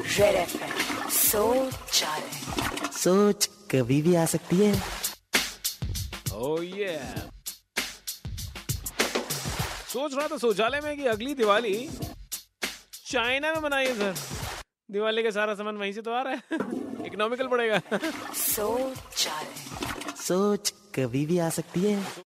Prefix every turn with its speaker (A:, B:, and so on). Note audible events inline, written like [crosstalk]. A: Red एफ सोच चाहे
B: सोच कभी भी आ सकती है
C: Oh yeah. सोच रहा था शौचालय में कि अगली दिवाली चाइना में मनाई है सर दिवाली का सारा सामान वहीं से तो आ रहा है [laughs] इकोनॉमिकल पड़ेगा
A: सोच चाहे
B: सोच कभी भी आ सकती है